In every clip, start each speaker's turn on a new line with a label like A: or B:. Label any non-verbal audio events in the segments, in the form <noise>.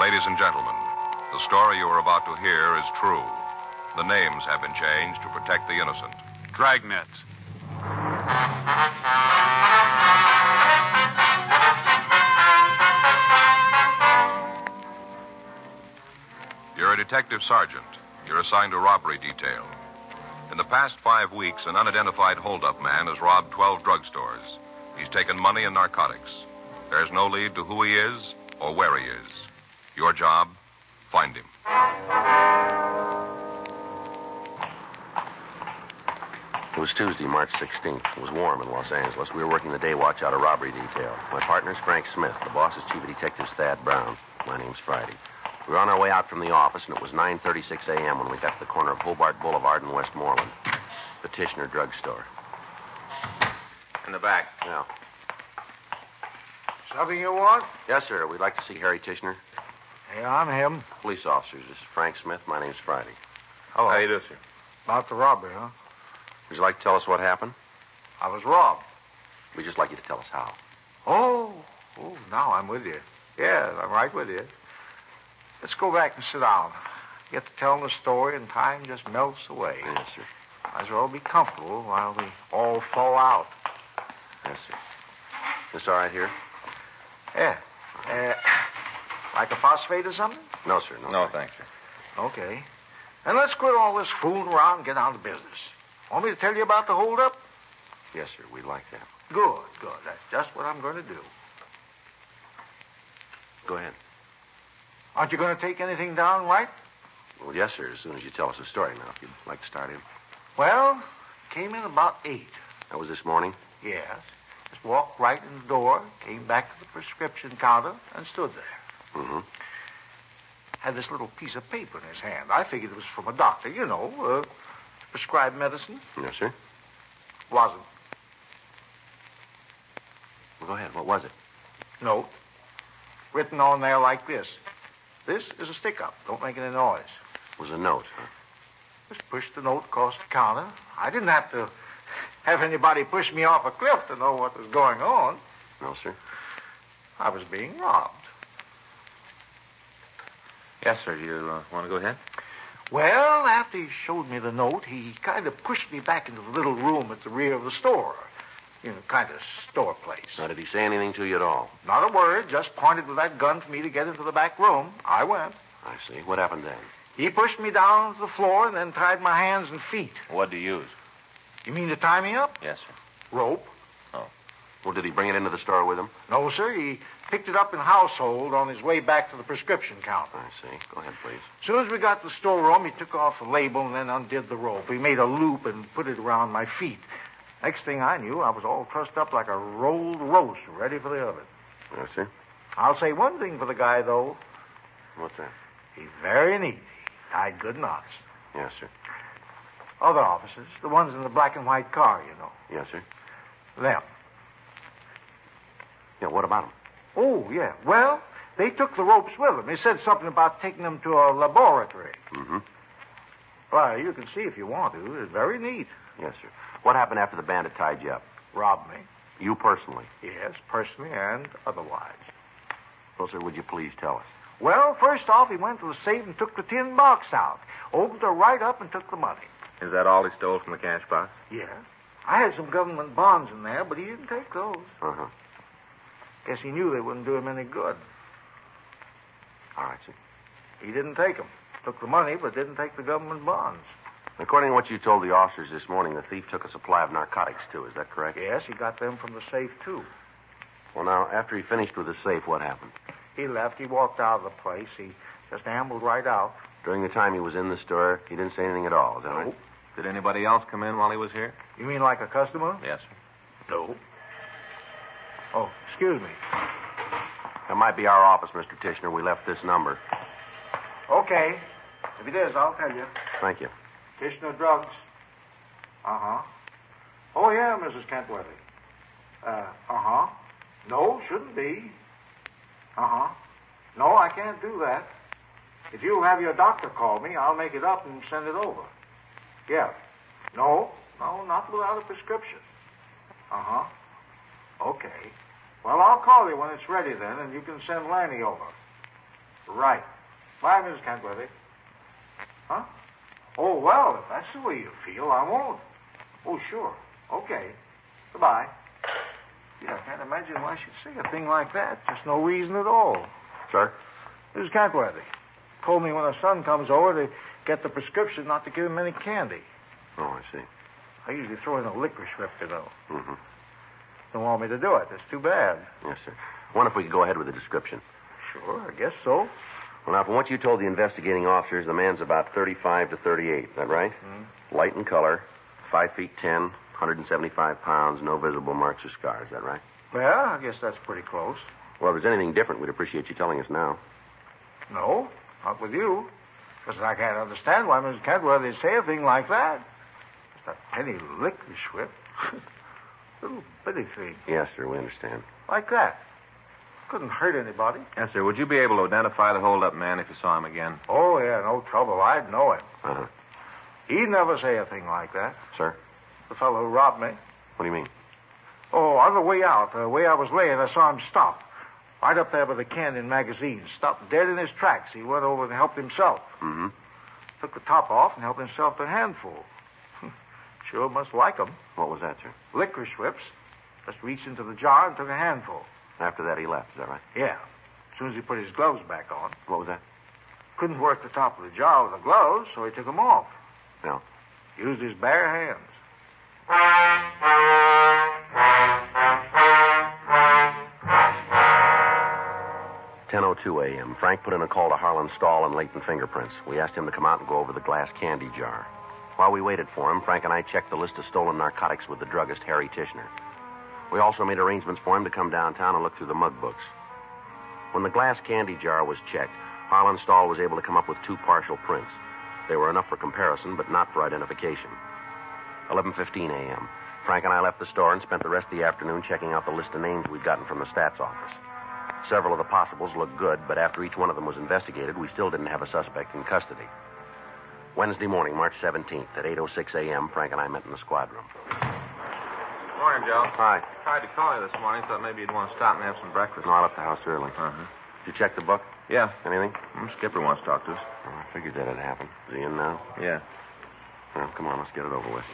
A: Ladies and gentlemen, the story you are about to hear is true. The names have been changed to protect the innocent.
B: Dragnet.
A: You're a detective sergeant. You're assigned to robbery detail. In the past five weeks, an unidentified holdup man has robbed 12 drugstores. He's taken money and narcotics. There's no lead to who he is or where he is. Your job, find him.
C: It was Tuesday, March 16th. It was warm in Los Angeles. We were working the day watch out of robbery detail. My partner's Frank Smith. The boss is Chief of Detectives Thad Brown. My name's Friday. We were on our way out from the office, and it was 9.36 a.m. when we got to the corner of Hobart Boulevard and Westmoreland. Petitioner Drugstore.
D: In the back.
C: Yeah.
E: Something you want?
C: Yes, sir. We'd like to see Harry Tishner.
E: Yeah, I'm him.
C: Police officers. This is Frank Smith. My name's Friday.
D: Hello. How you do, sir?
E: About the robbery, huh?
C: Would you like to tell us what happened?
E: I was robbed.
C: We'd just like you to tell us how.
E: Oh, oh, now I'm with you. Yeah, I'm right with you. Let's go back and sit down. Get to telling the story, and time just melts away.
C: Yes, sir.
E: Might as well be comfortable while we all thaw out.
C: Yes, sir. This all right here?
E: Yeah. Uh, like a phosphate or something?
C: No, sir. No.
D: No, thanks, sir.
E: Okay. And let's quit all this fooling around and get down to business. Want me to tell you about the holdup?
C: Yes, sir. We'd like that.
E: Good, good. That's just what I'm going to do.
C: Go ahead.
E: Aren't you going to take anything down, right?
C: Well, yes, sir. As soon as you tell us the story now, if you'd like to start in.
E: Well, came in about eight.
C: That was this morning?
E: Yes. Just walked right in the door, came back to the prescription counter, and stood there.
C: Mm-hmm.
E: Had this little piece of paper in his hand. I figured it was from a doctor, you know, uh, to prescribe medicine.
C: Yes, sir.
E: Wasn't.
C: Well, go ahead. What was it?
E: Note. Written on there like this. This is a stick up. Don't make any noise.
C: It was a note, huh?
E: Just pushed the note across the counter. I didn't have to <laughs> have anybody push me off a cliff to know what was going on.
C: No, sir.
E: I was being robbed.
D: Yes, sir. You uh, want to go ahead?
E: Well, after he showed me the note, he kind of pushed me back into the little room at the rear of the store. You know, kind of store place.
C: Now, did he say anything to you at all?
E: Not a word, just pointed with that gun for me to get into the back room. I went.
C: I see. What happened then?
E: He pushed me down to the floor and then tied my hands and feet.
D: What do you use?
E: You mean to tie me up?
D: Yes, sir.
E: Rope?
C: Well, did he bring it into the store with him?
E: No, sir. He picked it up in household on his way back to the prescription counter.
C: I see. Go ahead, please.
E: As soon as we got to the storeroom, he took off the label and then undid the rope. He made a loop and put it around my feet. Next thing I knew, I was all trussed up like a rolled roast, ready for the oven.
C: Yes, sir.
E: I'll say one thing for the guy, though.
C: What's that?
E: He's very neat. Tied good knots.
C: Yes, sir.
E: Other officers, the ones in the black and white car, you know.
C: Yes, sir.
E: Them.
C: Yeah, what about him?
E: Oh, yeah. Well, they took the ropes with them. He said something about taking them to a laboratory.
C: Mm-hmm.
E: Well, you can see if you want to. It's very neat.
C: Yes, sir. What happened after the bandit tied you up?
E: Robbed me.
C: You personally.
E: Yes, personally and otherwise.
C: Well, sir, would you please tell us?
E: Well, first off, he went to the safe and took the tin box out, opened her right up, and took the money.
D: Is that all he stole from the cash box?
E: Yes. I had some government bonds in there, but he didn't take those.
C: Uh-huh.
E: Guess he knew they wouldn't do him any good.
C: All right, sir.
E: He didn't take them. Took the money, but didn't take the government bonds.
C: According to what you told the officers this morning, the thief took a supply of narcotics, too. Is that correct?
E: Yes, he got them from the safe, too.
C: Well, now, after he finished with the safe, what happened?
E: He left. He walked out of the place. He just ambled right out.
C: During the time he was in the store, he didn't say anything at all. Is that right?
E: Nope.
D: Did anybody else come in while he was here?
E: You mean like a customer?
D: Yes, sir.
E: No. Oh, excuse me.
C: That might be our office, Mr. Tishner. We left this number.
E: Okay. If it is, I'll tell you.
C: Thank you.
E: Tishner Drugs. Uh huh. Oh, yeah, Mrs. Kentworthy. Uh huh. No, shouldn't be. Uh huh. No, I can't do that. If you have your doctor call me, I'll make it up and send it over. Yeah. No, no, not without a prescription. Uh huh. Okay. Well, I'll call you when it's ready then, and you can send Lanny over. Right. Why, Mrs. Kentworthy? Huh? Oh, well, if that's the way you feel, I won't. Oh, sure. Okay. Goodbye. Gee, I can't imagine why she'd say a thing like that. Just no reason at all.
C: Sir?
E: Mrs. Kentworthy told me when her son comes over to get the prescription not to give him any candy.
C: Oh, I see.
E: I usually throw in a liquor slip, you know.
C: Mm-hmm.
E: Don't want me to do it. It's too bad.
C: Yes, sir. Wonder if we could go ahead with the description.
E: Sure, I guess so.
C: Well, now, from what you told the investigating officers, the man's about 35 to 38. Is that right? Light in color, 5 feet 10, 175 pounds, no visible marks or scars. Is that right?
E: Well, I guess that's pretty close.
C: Well, if there's anything different, we'd appreciate you telling us now.
E: No, not with you. Because I can't understand why Mrs. Cadworthy'd say a thing like that. Just a penny liquor slip. <laughs> Little bitty thing.
C: Yes, sir, we understand.
E: Like that. Couldn't hurt anybody.
D: Yes, sir. Would you be able to identify the holdup man if you saw him again?
E: Oh, yeah, no trouble. I'd know him.
C: Uh-huh.
E: He'd never say a thing like that.
C: Sir?
E: The fellow who robbed me.
C: What do you mean?
E: Oh, on the way out, the way I was laying, I saw him stop. Right up there by the canyon magazine. Stopped dead in his tracks. He went over and helped himself.
C: Mm-hmm.
E: Took the top off and helped himself to a handful. <laughs> sure must like 'em.
C: What was that, sir?
E: Licorice whips. Just reached into the jar and took a handful.
C: After that, he left. Is that right?
E: Yeah. As soon as he put his gloves back on.
C: What was that?
E: Couldn't work the top of the jar with the gloves, so he took 'em off.
C: No.
E: Used his bare hands.
C: Ten oh two a.m. Frank put in a call to Harlan Stahl and Leighton Fingerprints. We asked him to come out and go over the glass candy jar. While we waited for him, Frank and I checked the list of stolen narcotics with the druggist Harry Tishner. We also made arrangements for him to come downtown and look through the mug books. When the glass candy jar was checked, Harlan Stahl was able to come up with two partial prints. They were enough for comparison, but not for identification. 11:15 a.m. Frank and I left the store and spent the rest of the afternoon checking out the list of names we'd gotten from the stats office. Several of the possibles looked good, but after each one of them was investigated, we still didn't have a suspect in custody. Wednesday morning, March 17th, at 8:06 a.m., Frank and I met in the squad room.
D: Morning, Joe.
C: Hi.
D: Tried to call you this morning. Thought maybe you'd want to stop and have some breakfast.
C: No, I left the house early.
D: Uh-huh.
C: Did you check the book?
D: Yeah.
C: Anything?
D: Mm, Skipper wants to talk to us.
C: Oh, I figured that'd happen. Is he in now?
D: Yeah.
C: Well, come on, let's get it over with.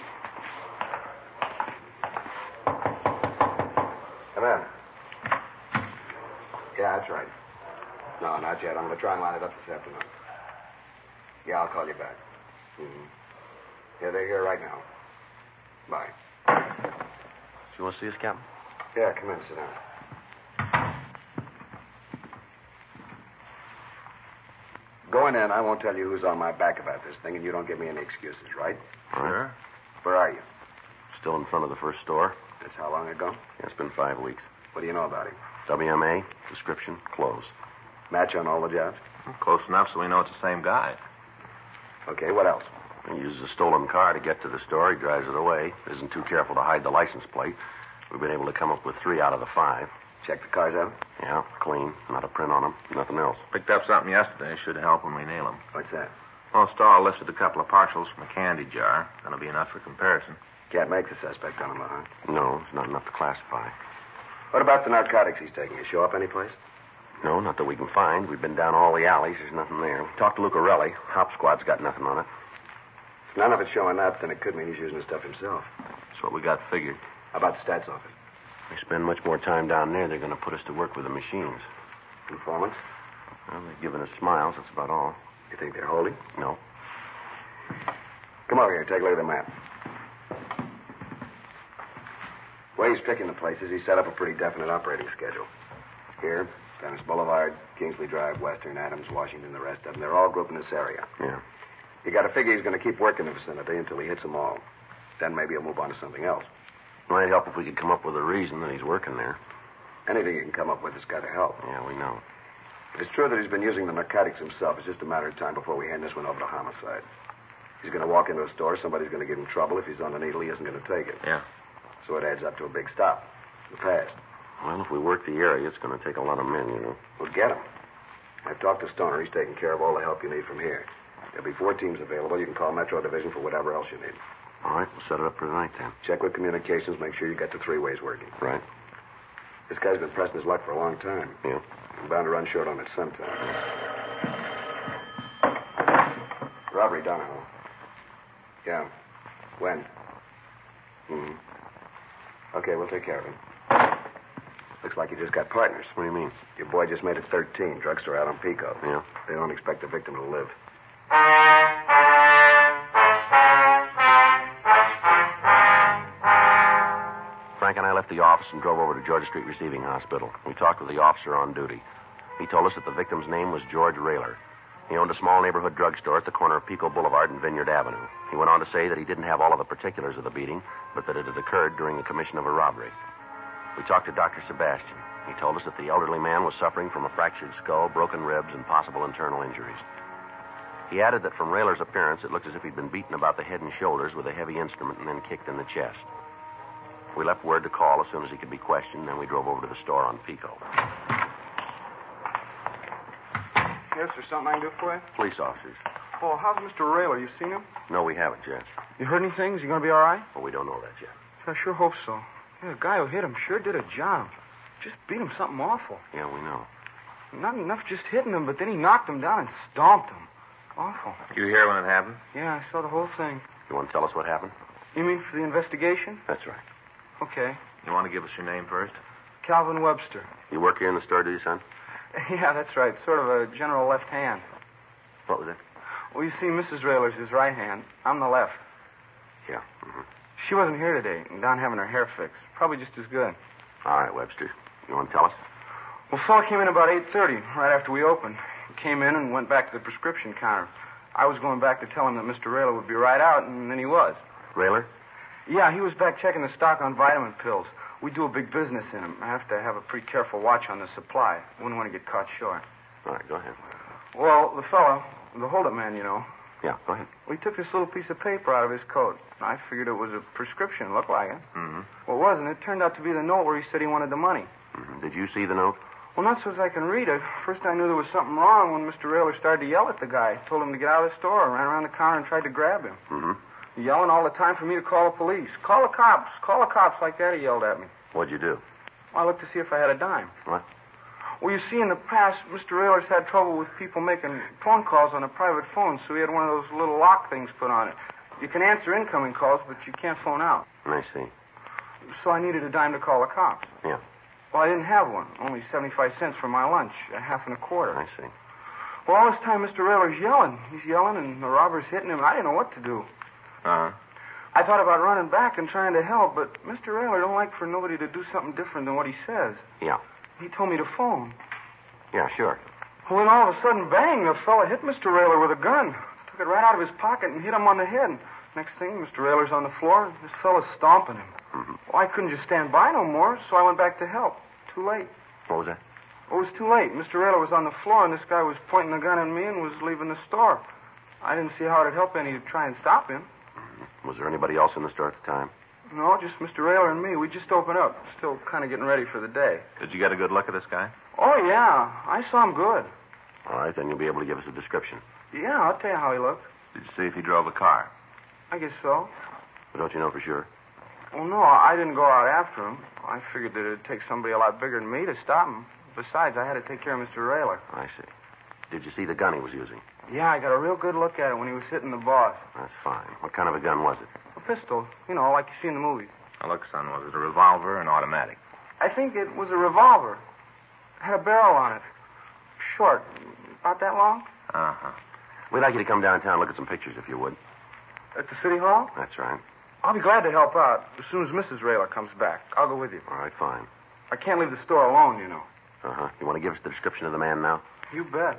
E: Come in.
B: Yeah, that's right. No, not yet. I'm going to try and line it up this afternoon. Yeah, I'll call you back. Mm-hmm. Yeah, they're here right now. Bye.
C: Do you want to see us, Captain?
B: Yeah, come in. Sit down. Going in, I won't tell you who's on my back about this thing, and you don't give me any excuses, right?
C: All right.
D: Sure.
B: Where are you?
C: Still in front of the first store.
B: That's how long ago?
C: Yeah, it's been five weeks.
B: What do you know about him?
C: WMA, description, close.
B: Match on all the jobs?
D: Close enough so we know it's the same guy.
B: Okay, what else?
C: He uses a stolen car to get to the store. He drives it away. Isn't too careful to hide the license plate. We've been able to come up with three out of the five.
B: Check the cars out?
C: Yeah, clean. Not a print on them. Nothing else.
D: Picked up something yesterday. Should help when we nail him.
B: What's that?
D: Well, Stahl listed a couple of partials from a candy jar. That'll be enough for comparison.
B: Can't make the suspect on him, huh?
C: No, it's not enough to classify.
B: What about the narcotics he's taking? You show up anyplace?
C: No, not that we can find. We've been down all the alleys. There's nothing there. We talked to Lucarelli. Hop Squad's got nothing on it.
B: If none of it's showing up, then it could mean he's using the stuff himself.
D: That's what we got figured.
B: How about the stats office?
C: We spend much more time down there. They're going to put us to work with the machines.
B: Informants?
C: Well, they've given us smiles. That's about all.
B: You think they're holding?
C: No.
B: Come over here. Take a look at the map. Way he's picking the places, he set up a pretty definite operating schedule. Here, Venice Boulevard, Kingsley Drive, Western, Adams, Washington, the rest of them. They're all grouped in this area.
C: Yeah.
B: You got to figure he's going to keep working the vicinity until he hits them all. Then maybe he'll move on to something else.
C: Might help if we could come up with a reason that he's working there.
B: Anything you can come up with has got to help.
C: Yeah, we know.
B: If it's true that he's been using the narcotics himself, it's just a matter of time before we hand this one over to homicide. He's going to walk into a store, somebody's going to give him trouble. If he's on the needle, he isn't going to take it.
D: Yeah.
B: So it adds up to a big stop. The past.
C: Well, if we work the area, it's going to take a lot of men, you know.
B: We'll get him. I've talked to Stoner. He's taking care of all the help you need from here. There'll be four teams available. You can call Metro Division for whatever else you need.
C: All right, we'll set it up for tonight then.
B: Check with communications. Make sure you got the three ways working.
C: Right.
B: This guy's been pressing his luck for a long time.
C: Yeah.
B: I'm bound to run short on it sometime. Robbery Donahoe. Yeah. When?
C: Mm-hmm.
B: Hmm. Okay, we'll take care of him. Looks like you just got partners.
C: What do you mean?
B: Your boy just made it 13, drugstore out on Pico.
C: Yeah.
B: They don't expect the victim to live.
C: Frank and I left the office and drove over to Georgia Street Receiving Hospital. We talked with the officer on duty. He told us that the victim's name was George Rayler. He owned a small neighborhood drugstore at the corner of Pico Boulevard and Vineyard Avenue. He went on to say that he didn't have all of the particulars of the beating, but that it had occurred during the commission of a robbery. We talked to Dr. Sebastian. He told us that the elderly man was suffering from a fractured skull, broken ribs, and possible internal injuries. He added that from Rayler's appearance, it looked as if he'd been beaten about the head and shoulders with a heavy instrument and then kicked in the chest. We left word to call as soon as he could be questioned, then we drove over to the store on Pico.
F: Yes, there's something I can do for you?
C: Police officers.
F: Oh, how's Mr. Rayler? You seen him?
C: No, we haven't, Judge.
F: You heard anything? Is he going to be all right?
C: Well, we don't know that yet.
F: I sure hope so. Yeah, the guy who hit him sure did a job. Just beat him something awful.
C: Yeah, we know.
F: Not enough just hitting him, but then he knocked him down and stomped him. Awful.
D: You hear when it happened?
F: Yeah, I saw the whole thing.
C: You want to tell us what happened?
F: You mean for the investigation?
C: That's right.
F: Okay.
D: You want to give us your name first?
F: Calvin Webster.
C: You work here in the store, do you, son?
F: <laughs> Yeah, that's right. Sort of a general left hand.
C: What was it?
F: Well, you see, Mrs. Rayler's his right hand. I'm the left.
C: Yeah.
F: mm-hmm.
C: mhm.
F: She wasn't here today, and down having her hair fixed. Probably just as good.
C: All right, Webster. You want to tell us?
F: Well, fella came in about 8.30, right after we opened. He came in and went back to the prescription counter. I was going back to tell him that Mr. Rayler would be right out, and then he was.
C: Rayler?
F: Yeah, he was back checking the stock on vitamin pills. We do a big business in 'em. I have to have a pretty careful watch on the supply. Wouldn't want to get caught short.
C: All right, go ahead.
F: Well, the fellow, the holdup man, you know,
C: Yeah, go ahead.
F: well, he took this little piece of paper out of his coat. I figured it was a prescription. Looked like it.
D: Mm-hmm.
F: Well, it wasn't. It turned out to be the note where he said he wanted the money.
C: Mhm. Did you see the note?
F: Well, not so as I can read it. First, I knew there was something wrong when Mr. Rayler started to yell at the guy. Told him to get out of the store, ran around the counter and tried to grab him.
C: Mm-hmm.
F: Yelling all the time for me to call the police. Call the cops. Call the cops like that, he yelled at me.
C: What'd you do?
F: I looked to see if I had a dime.
C: What?
F: Well, you see, in the past, Mr. Rayler's had trouble with people making phone calls on a private phone, so he had one of those little lock things put on it. You can answer incoming calls, but you can't phone out.
C: I see.
F: So I needed a dime to call the cops.
C: Yeah.
F: Well, I didn't have one. Only 75 cents for my lunch, a half and a quarter.
C: I see.
F: Well, all this time, Mr. Rayler's yelling. He's yelling, and the robber's hitting him, and I didn't know what to do.
D: Uh-huh.
F: I thought about running back and trying to help, but Mr. Rayler don't like for nobody to do something different than what he says.
C: Yeah.
F: He told me to phone.
C: Yeah, sure.
F: Well, then all of a sudden, bang, the fella hit Mr. Rayler with a gun. Took it right out of his pocket and hit him on the head. Next thing, Mr. Rayler's on the floor, and this fella's stomping him.
D: Mm-hmm.
C: Mhm.
F: Well, I couldn't just stand by no more, so I went back to help. Too late. Oh,
C: What was that?
F: It was too late. Mr. Rayler was on the floor, and this guy was pointing the gun at me and was leaving the store. I didn't see how it'd help any to try and stop him.
C: Was there anybody else in the store at the time?
F: No, just Mr. Rayler and me. We just opened up. Still kind of getting ready for the day.
D: Did you get a good look at this guy?
F: Oh, yeah. I saw him good.
C: All right, then you'll be able to give us a description.
F: Yeah, I'll tell you how he looked.
D: Did you see if he drove a car?
F: I guess so.
C: But don't you know for sure?
F: Well, no, I didn't go out after him. I figured that it'd take somebody a lot bigger than me to stop him. Besides, I had to take care of Mr. Rayler.
C: I see. Did you see the gun he was using?
F: Yeah, I got a real good look at it when he was hitting the boss.
C: That's fine. What kind of a gun was it?
F: A pistol, you know, like you see in the movies.
D: Now, look, son, was it a revolver or an automatic?
F: I think it was a revolver. Had a barrel on it. Short. About that long?
D: Uh-huh.
C: We'd like you to come downtown and look at some pictures, if you would.
F: At the city hall?
C: That's right.
F: I'll be glad to help out as soon as Mrs. Rayler comes back. I'll go with you.
C: All right, fine.
F: I can't leave the store alone, you know.
C: Uh huh. You want to give us the description of the man now?
F: You bet.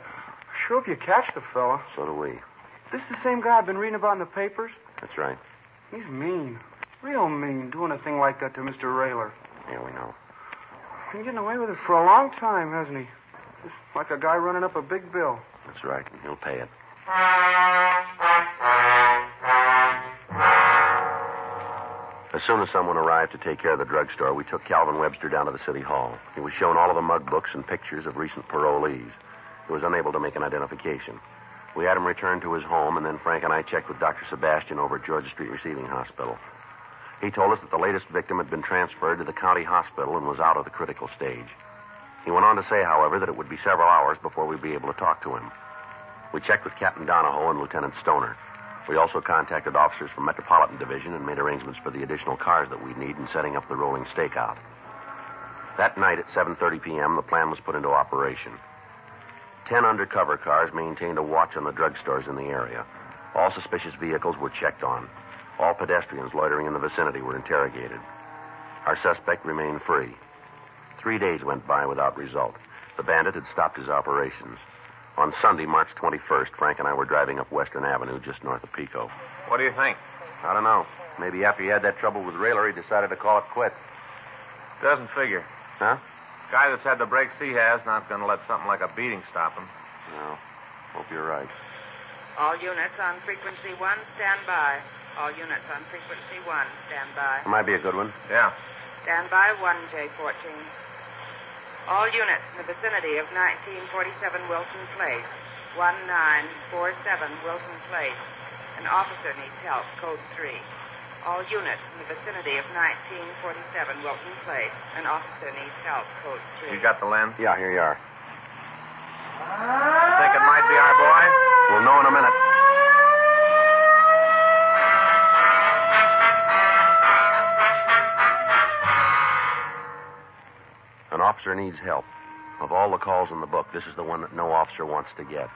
F: Sure if you catch the fella.
C: So do we.
F: This is the same guy I've been reading about in the papers.
C: That's right.
F: He's mean. Real mean, doing a thing like that to Mr. Rayler.
C: Yeah, we know.
F: Been getting away with it for a long time, hasn't he? Just like a guy running up a big bill.
C: That's right. And he'll pay it. As soon as someone arrived to take care of the drugstore, we took Calvin Webster down to the city hall. He was shown all of the mug books and pictures of recent parolees. He was unable to make an identification. We had him returned to his home, and then Frank and I checked with Dr. Sebastian over at Georgia Street Receiving Hospital. He told us that the latest victim had been transferred to the county hospital and was out of the critical stage. He went on to say, however, that it would be several hours before we'd be able to talk to him. We checked with Captain Donahoe and Lieutenant Stoner. We also contacted officers from Metropolitan Division and made arrangements for the additional cars that we'd need in setting up the rolling stakeout. That night at 7:30 p.m., the plan was put into operation. Ten undercover cars maintained a watch on the drugstores in the area. All suspicious vehicles were checked on. All pedestrians loitering in the vicinity were interrogated. Our suspect remained free. Three days went by without result. The bandit had stopped his operations. On Sunday, March 21st, Frank and I were driving up Western Avenue just north of Pico.
D: What do you think?
C: I don't know. Maybe after he had that trouble with Railer, he decided to call it quits.
D: Doesn't figure.
C: Huh?
D: Guy that's had the breaks he has not going to let something like a beating stop him.
C: No. Hope you're right.
G: All units on frequency one, stand by. All units on frequency one, stand by.
C: That might be a good one.
D: Yeah.
G: Stand by one, J14. All units in the vicinity of 1947 Wilson Place, 1947 Wilson Place. An officer needs help, code 3. All units in the vicinity of 1947 Wilton Place. An officer needs help, code
D: You
G: 3.
D: got the lens?
C: Yeah, here you are.
D: Think it might be our boy?
C: We'll know in a minute. An officer needs help. Of all the calls in the book, this is the one that no officer wants to get.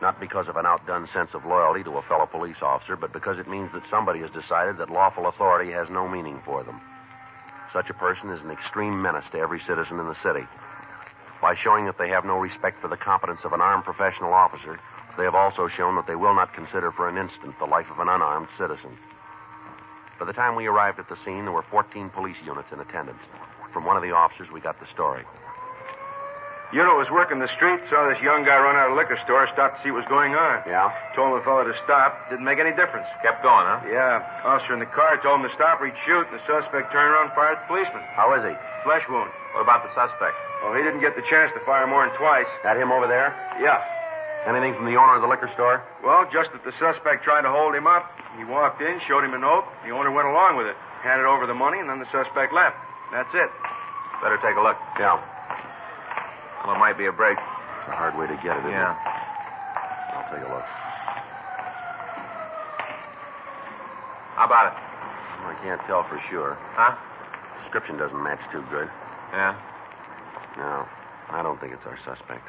C: Not because of an outdone sense of loyalty to a fellow police officer, but because it means that somebody has decided that lawful authority has no meaning for them. Such a person is an extreme menace to every citizen in the city. By showing that they have no respect for the competence of an armed professional officer, they have also shown that they will not consider for an instant the life of an unarmed citizen. By the time we arrived at the scene, there were 14 police units in attendance. From one of the officers, we got the story.
E: Unit was working the street, saw this young guy run out of liquor store, stopped to see what was going on.
C: Yeah?
E: Told the fellow to stop. Didn't make any difference.
D: Kept going, huh?
E: Yeah. Officer in the car told him to stop or he'd shoot, and the suspect turned around and fired at the policeman.
C: How is he?
E: Flesh wound.
D: What about the suspect?
E: Oh, he didn't get the chance to fire more than twice.
C: That him over there?
E: Yeah.
C: Anything from the owner of the liquor store?
E: Well, just that the suspect tried to hold him up. He walked in, showed him a note. The owner went along with it, handed over the money, and then the suspect left. That's it.
D: Better take a look.
C: Yeah.
D: Well, it might be a break.
C: It's a hard way to get it, isn't
D: Yeah.
C: it? I'll take a look.
D: How about it?
C: I can't tell for sure.
D: Huh?
C: Description doesn't match too good.
D: Yeah.
C: No, I don't think it's our suspect.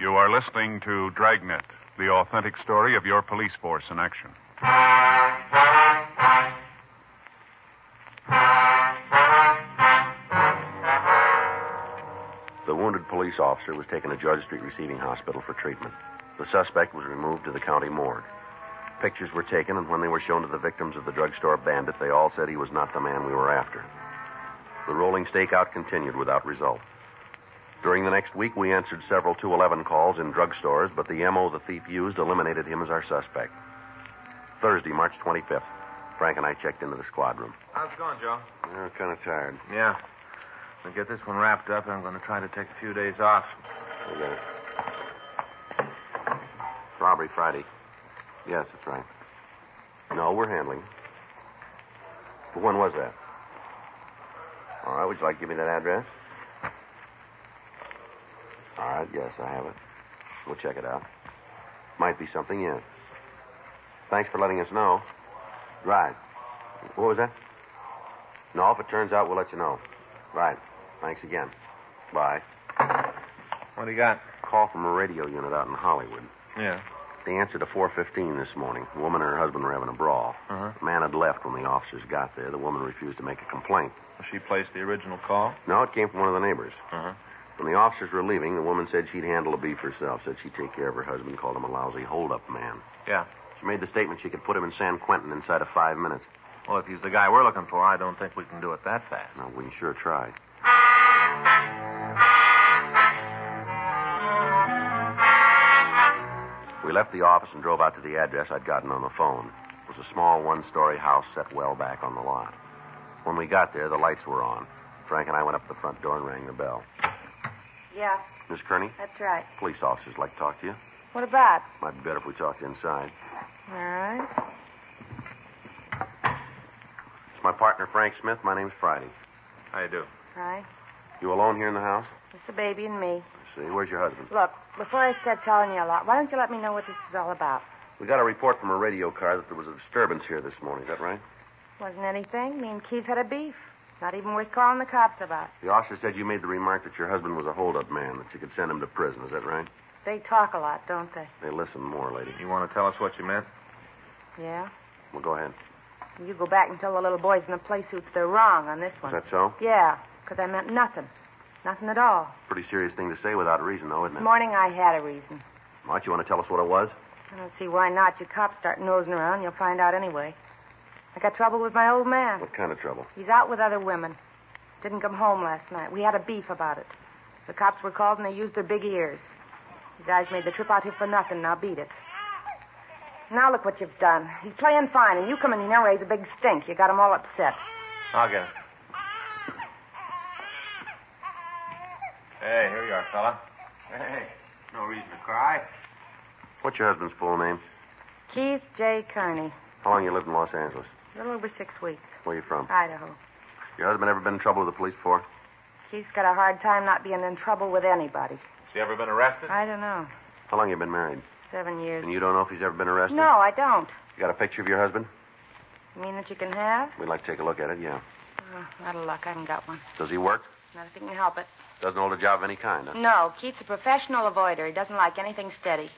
H: You are listening to Dragnet, the authentic story of your police force in action.
C: The wounded police officer was taken to Georgia Street Receiving Hospital for treatment. The suspect was removed to the county morgue. Pictures were taken, and when they were shown to the victims of the drugstore bandit, they all said he was not the man we were after. The rolling stakeout continued without result. During the next week, we answered several 211 calls in drugstores, but the MO the thief used eliminated him as our suspect. Thursday, March 25th, Frank and I checked into the squad room.
D: How's it going, Joe?
C: I'm kind of tired.
D: Yeah. We'll get this one wrapped up, and I'm going to try to take a few days off.
C: We got it. Robbery Friday. Yes, that's right. No, we're handling. it. But when was that? All right, would you like to give me that address? All right, yes, I have it. We'll check it out. Might be something in it. Thanks for letting us know. Right. What was that? No, if it turns out, we'll let you know. Right. Thanks again. Bye.
D: What do you got?
C: Call from a radio unit out in Hollywood.
D: Yeah.
C: They answered at 4.15 this morning. The woman and her husband were having a brawl.
D: Uh-huh.
C: The man had left when the officers got there. The woman refused to make a complaint.
D: She placed the original call?
C: No, it came from one of the neighbors.
D: Uh-huh.
C: When the officers were leaving, the woman said she'd handle the beef herself, said she'd take care of her husband, called him a lousy holdup man.
D: Yeah.
C: She made the statement she could put him in San Quentin inside of five minutes.
D: Well, if he's the guy we're looking for, I don't think we can do it that fast.
C: Now, we sure tried. We left the office and drove out to the address I'd gotten on the phone. It was a small one story house set well back on the lot. When we got there, the lights were on. Frank and I went up to the front door and rang the bell.
I: Yeah,
C: Miss Kearney,
I: that's right.
C: police officers like to talk to you.
I: What about?
C: Might be better if we talked inside.
I: All right.
C: my partner, Frank Smith. My name's Friday.
D: How you do?
I: Hi.
C: You alone here in the house?
I: It's the baby and me.
C: I see. Where's your husband?
I: Look, before I start telling you a lot, why don't you let me know what this is all about?
C: We got a report from a radio car that there was a disturbance here this morning. Is that right?
I: Wasn't anything. Me and Keith had a beef. Not even worth calling the cops about.
C: The officer said you made the remark that your husband was a holdup man, that you could send him to prison. Is that right?
I: They talk a lot, don't they?
C: They listen more, lady.
D: You want to tell us what you meant?
I: Yeah.
C: Well, go ahead.
I: You go back and tell the little boys in the play suits they're wrong on this
C: Is
I: one.
C: that so?
I: Yeah, because I meant nothing. Nothing at all.
C: Pretty serious thing to say without reason, though, isn't
I: This
C: it?
I: morning I had a reason.
C: Mart, you want to tell us what it was?
I: I don't see why not. You cops start nosing around, you'll find out anyway. I got trouble with my old man.
C: What kind of trouble?
I: He's out with other women. Didn't come home last night. We had a beef about it. The cops were called and they used their big ears. You guys made the trip out here for nothing. Now beat it. Now look what you've done. He's playing fine, and you come in here and raise a big stink. You got him all upset.
D: I'll get it. Hey, here you are, fella. Hey, no reason to cry.
C: What's your husband's full name?
I: Keith J. Kearney.
C: How long you lived in Los Angeles?
I: A little over six weeks.
C: Where you from?
I: Idaho.
C: Your husband ever been in trouble with the police before?
I: Keith's got a hard time not being in trouble with anybody.
D: Has he ever been arrested?
I: I don't know.
C: How long you been married?
I: Seven years.
C: And you don't know if he's ever been arrested?
I: No, I don't.
C: You got a picture of your husband?
I: You mean that you can have?
C: We'd like to take a look at it, yeah.
I: Oh, out of luck. I haven't got one.
C: Does he work?
I: Not if you can help it.
C: Doesn't hold a job of any kind, huh?
I: No, Keith's a professional avoider. He doesn't like anything steady.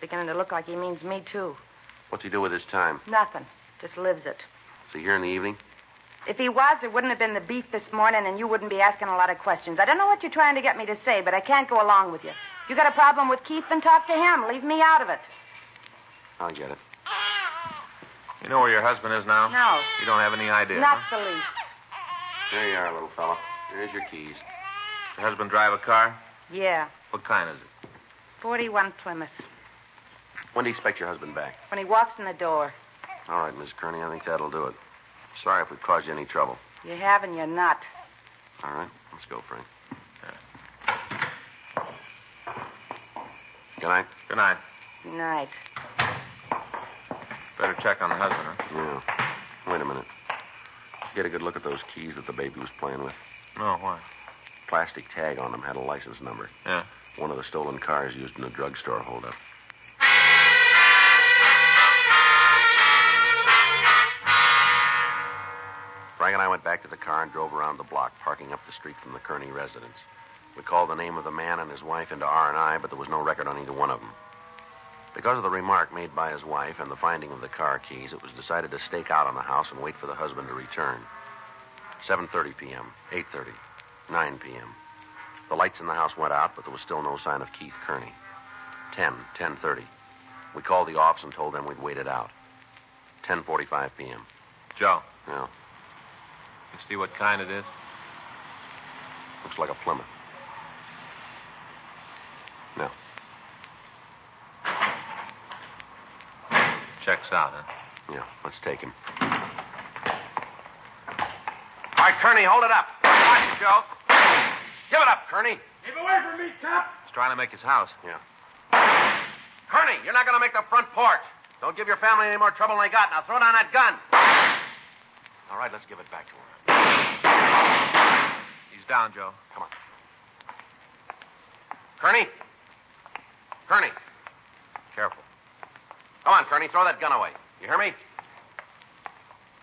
I: Beginning to look like he means me, too.
C: What's he do with his time?
I: Nothing. Just lives it.
C: Is he here in the evening?
I: If he was, there wouldn't have been the beef this morning, and you wouldn't be asking a lot of questions. I don't know what you're trying to get me to say, but I can't go along with you. You got a problem with Keith, then talk to him. Leave me out of it.
C: I'll get it.
D: You know where your husband is now?
I: No.
D: You don't have any idea,
I: Not
D: huh?
I: the least.
C: There you are, little fella. There's your keys.
D: Your husband drive a car?
I: Yeah.
D: What kind is it?
I: 41 Plymouth.
C: When do you expect your husband back?
I: When he walks in the door.
C: All right, Miss Kearney, I think that'll do it. Sorry if we've caused you any trouble.
I: You have and you're not.
C: All right, let's go, Frank. Good night.
D: Good night.
I: Night.
D: Better check on the husband, huh?
C: Yeah. Wait a minute. Get a good look at those keys that the baby was playing with.
D: No, why?
C: Plastic tag on them had a license number.
D: Yeah.
C: One of the stolen cars used in a drugstore holdup. Frank and I went back to the car and drove around the block, parking up the street from the Kearney residence. We called the name of the man and his wife into R&I, but there was no record on either one of them. Because of the remark made by his wife and the finding of the car keys, it was decided to stake out on the house and wait for the husband to return. 7:30 p.m., 8:30, 9 p.m. The lights in the house went out, but there was still no sign of Keith Kearney. 10, 10:30. We called the office and told them we'd waited out. 10:45 p.m.
D: Joe,
C: Yeah,
D: you see what kind it is?
C: looks like a Plymouth. No,
D: Checks out, huh?
C: yeah, let's take him. All right, Kearney, hold it up.
D: Watch it, Joe.
C: Give it up, Kearney.
D: He's trying to make his house.
C: Yeah. Kearney, you're not going to make the front porch. Don't give your family any more trouble than they got. Now throw down that gun. All right, let's give it back to her.
D: He's down, Joe.
C: Come on. Kearney? Kearney.
D: Careful.
C: Come on, Kearney. Throw that gun away. You hear me?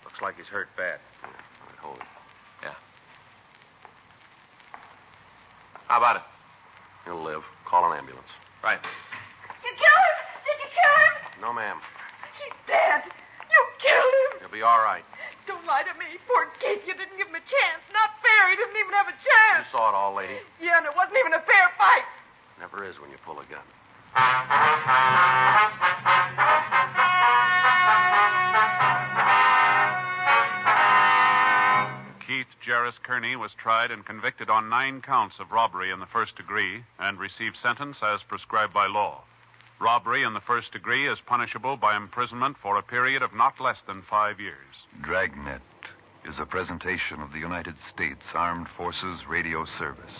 D: Looks like he's hurt bad.
C: Yeah, all right, hold it.
D: How about it?
C: He'll live. Call an ambulance.
D: Right.
J: You killed him! Did you kill him?
C: No, ma'am.
J: He's dead. You killed him.
C: He'll be all right.
J: Don't lie to me. Poor Keith, you didn't give him a chance. Not fair. He didn't even have a chance.
C: You saw it all, lady.
J: Yeah, and it wasn't even a fair fight.
C: Never is when you pull a gun.
H: Keith Jarris Kearney was tried and convicted on nine counts of robbery in the first degree and received sentence as prescribed by law. Robbery in the first degree is punishable by imprisonment for a period of not less than five years.
A: Dragnet is a presentation of the United States Armed Forces Radio Service.